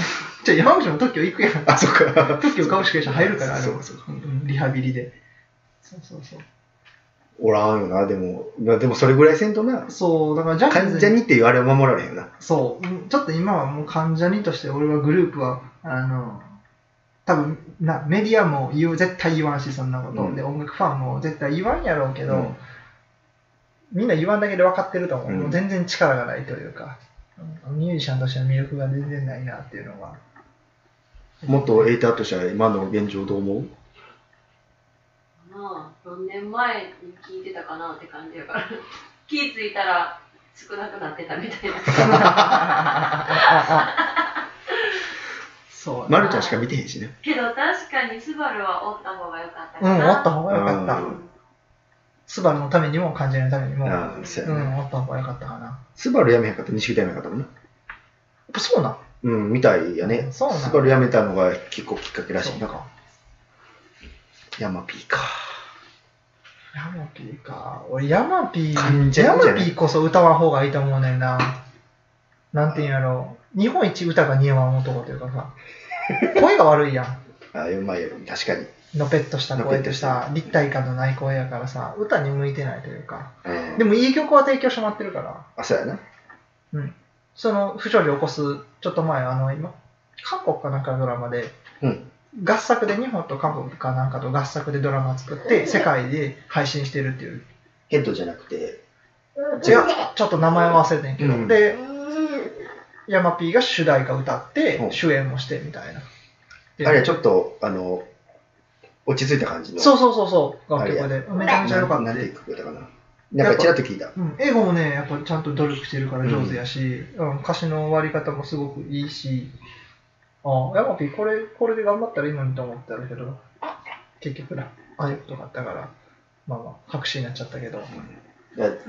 じゃあ山口も特許行くやん。あ、そっか。特許株式会社入るから、あれそうはそうそううんうんリハビリで。そうそうそう。おらんよな、でも。なでもそれぐらいせんとな。そう、だからジャニーズ患者にっていうあれは守られへんよな。そう、うんちょっと今はもう関ジャニとして俺はグループは、あの、多分なメディアも言う絶対言わんし、そんなこと、うんで、音楽ファンも絶対言わんやろうけど、うんみんな言わんだけで分かってると思う。うんもう全然力がないというか、うんミュージシャンとしての魅力が全然ないなっていうのは。元エイターとしては今の現状どう思うまあ、何年前に聞いてたかなって感じやから。 気ぃついたら少なくなってたみたいな。 そうマやなルちゃんしか見てへんしね。けど確かにスバルはおった方が良かったかうな。ん、おった方が良かっうた。んスバルのためにも、関ジャニのためにも、ああ、そううやな。ん、おった方が良かったかな。やスバル辞めへんかった、西北辞めへんかったもんな。っぱそうなんうん、みたいやね。そうなんスバル辞めたのが結構きっかけらしいそうな。か。ヤマピーか。ヤマピーか。俺、ヤマピ関ー、ジャニじヤゃないマピーこそ歌わん方がいいと思うねんな。なんていうんやろう。日本一歌が似合わん男というか さ。声が悪いやん。あ、うまいやろ。確かに。のぺっとしたのぺ声っととしさた、立体感のない声やからさ、歌に向いてないというか。うんでもいい曲は提供してもらってるから。あ、そうやな。うん。その、不条理を起こす、ちょっと前、あの、今、韓国かなんかのドラマで、うん。合作で日本と韓国かなんかと合作でドラマ作って、世界で配信してるっていう。ヘッドじゃなくて、いやちょっと名前は忘れてんけど、うんでヤマピーが主題歌歌って、うん主演もしてみたいなであれはちょっと、あの、落ち着いた感じの。そうそうそうそう楽曲あでめちゃなめちゃ良かっなたんてで曲だったかな。なんかちらっと聞いた。うん、英語もねやっぱちゃんと努力してるから上手やし、うん歌詞の終わり方もすごくいいしあヤマピーこれこれで頑張ったらいいのにと思ったんだけど結局なああいうことがあったからまあまあ白紙になっちゃったけど、だ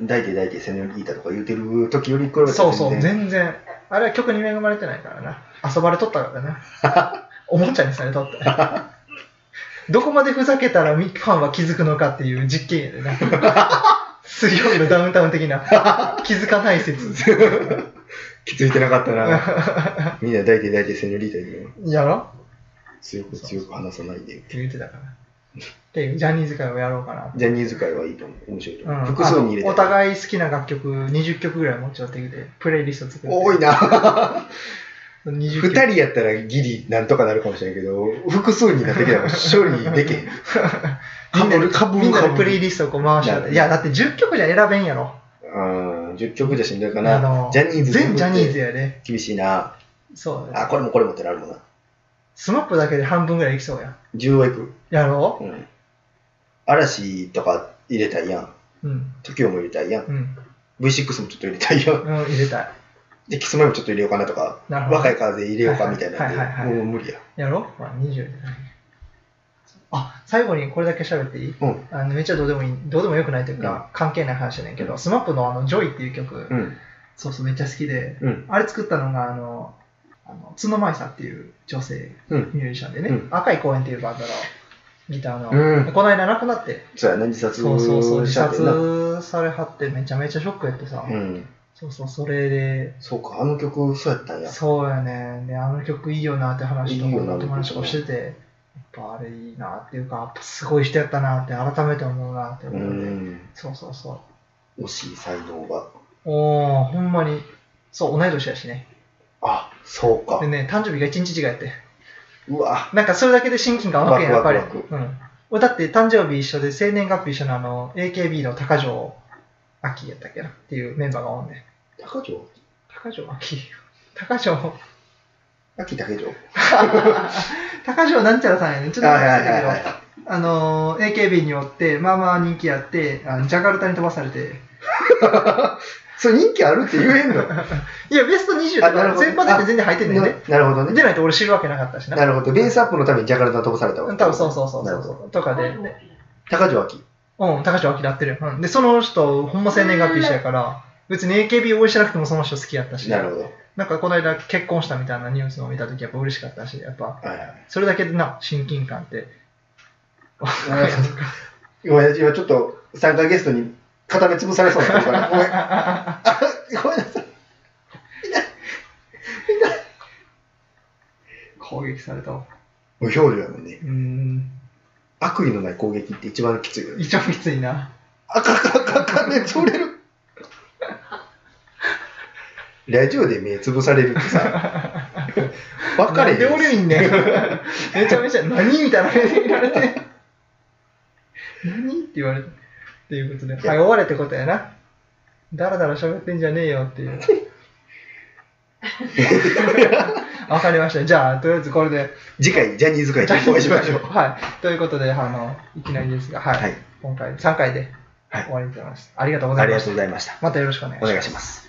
抱いて抱いて攻めのギターとか言うてる時より比べたらそうそう、全然全然。あれは曲に恵まれてないからな。遊ばれとったからな。 おもちゃにされとった。 どこまでふざけたらみファンは気づくのかっていう実験や でな。水曜日のダウンタウン的な気づかない説。 気づいてなかったなみんな抱いて抱いてセニョリータにやろ強く強く話さないでって言ってたから。っていうジャニーズ界をやろうかな。ジャニーズ界はいいと思う面白いとう思う、ん、複数に入あれてのお互い好きな楽曲20曲ぐらい持っちゃってきて、プレイリスト作って。多いな20二曲人やったらギリなんとかなるかもしれないけど複数になってきたらもう処理できへん みんな被る被るみんな被でるプレイリストをこう回しなるほてどいや、だって10曲じゃ選べんやろ。うん、10曲じゃしんどいかあなの。ジャニーズ全ジャニーズやで。厳しいな。そうだあ、ね。これもこれもってなるもんな。スマップだけで半分ぐらいいきそうやん。 10はいく。やろうん。嵐とか入れたいやん。ううん。 TOKIO も入れたいやん。うん。 V6 もちょっと入れたいやん。 うん、入れたい。で、キスマイもちょっと入れようかなとか、なるほど。若い風入れようかみたいなんで、はいはいはいはいもう無理や。やろまあ、20じゃない。あ、最後にこれだけ喋っていいうん。あのめっちゃどうでもいい、どうでもよくないというか、関係ない話やねんけど、スマップのあの、ジョイっていう曲、うん。そうそう、めっちゃ好きで、うん。あれ作ったのが、あの、あの角舞さんっていう女性うん。ミュージシャンでね、うん赤い公園っていうバンドのギターの、うんでこの間亡くなって、そうやな、自殺そうそうそう、自しちゃってんな。殺されはってめちゃめちゃショックやってさ、うん。そうそう、それで、そうか、あの曲、そうやったんや。そうやね、で、あの曲いいよなって話といいか、よな友達とかしてて、やっぱあれいいなっていうか、やっぱすごい人やったなって改めて思うなってう思って、ん。そうそうそう。惜しい才能が。おー、ほんまに、そう、同い年やしね。あ、そうかで。ね、誕生日が1日違いやって。うわ。なんかそれだけで親近感湧くやん、やワっクワぱクり。ワクうん。俺だって誕生日一緒で、生年月日一緒のあの、AKB の高城亜希やったっけなっていうメンバーがおんねん。高城高城亜希 高城、 秋竹城高城なんちゃらさんやねん。ちょっとは待いはいっはていはい。あのー、AKB によって、まあまあ人気あって、あのジャカルタに飛ばされて、それ人気あるって言えんのいや、ベスト20とあなるかほど全般的に全然入ってんねん ね。なるほどね。出ないと俺知るわけなかったしな。なるほど。ベースアップのためにジャカルタ飛ばされたわうけ。ん多分そうそうそうなそるうそほど。う。とかで、でう高城明。うん、高橋明だってる。うん。で、その人、ほんま生年月日一緒やから、別に AKB 応援しなくてもその人好きやったし、なるほど。はなんかこの間結婚したみたいなニュースを見たときやっぱ嬉しかったし、やっぱ、いはい。それだけでな、親近感って。ごめん今ちょっと参加ゲストに固め潰されそうになっ たから。ごめん。あごめんなさい。攻撃されたわ。無表情やもんね。 うーん、悪意のない攻撃って一番きついよね。一番きついな。あかんあかんあかんあかんめっちゃ折れる。ラジオで目潰されるってさ、 ばっかりなんで俺いん ねん。めちゃめちゃ、何みたいな目で見られて。何って言われて。っていうことで、はい、終われってことやな。だらだら喋ってんじゃねえよって いう。わかりました。じゃあ、とりあえずこれで。次回ジャニーズ会でお会いしましょう。 はい。ということで、あの、いきなりですが、はい。はい今回3回ではい終わりになります。ありがとうござあいりまがしとたう。ございました。またよろしくお願いしおます願い。します。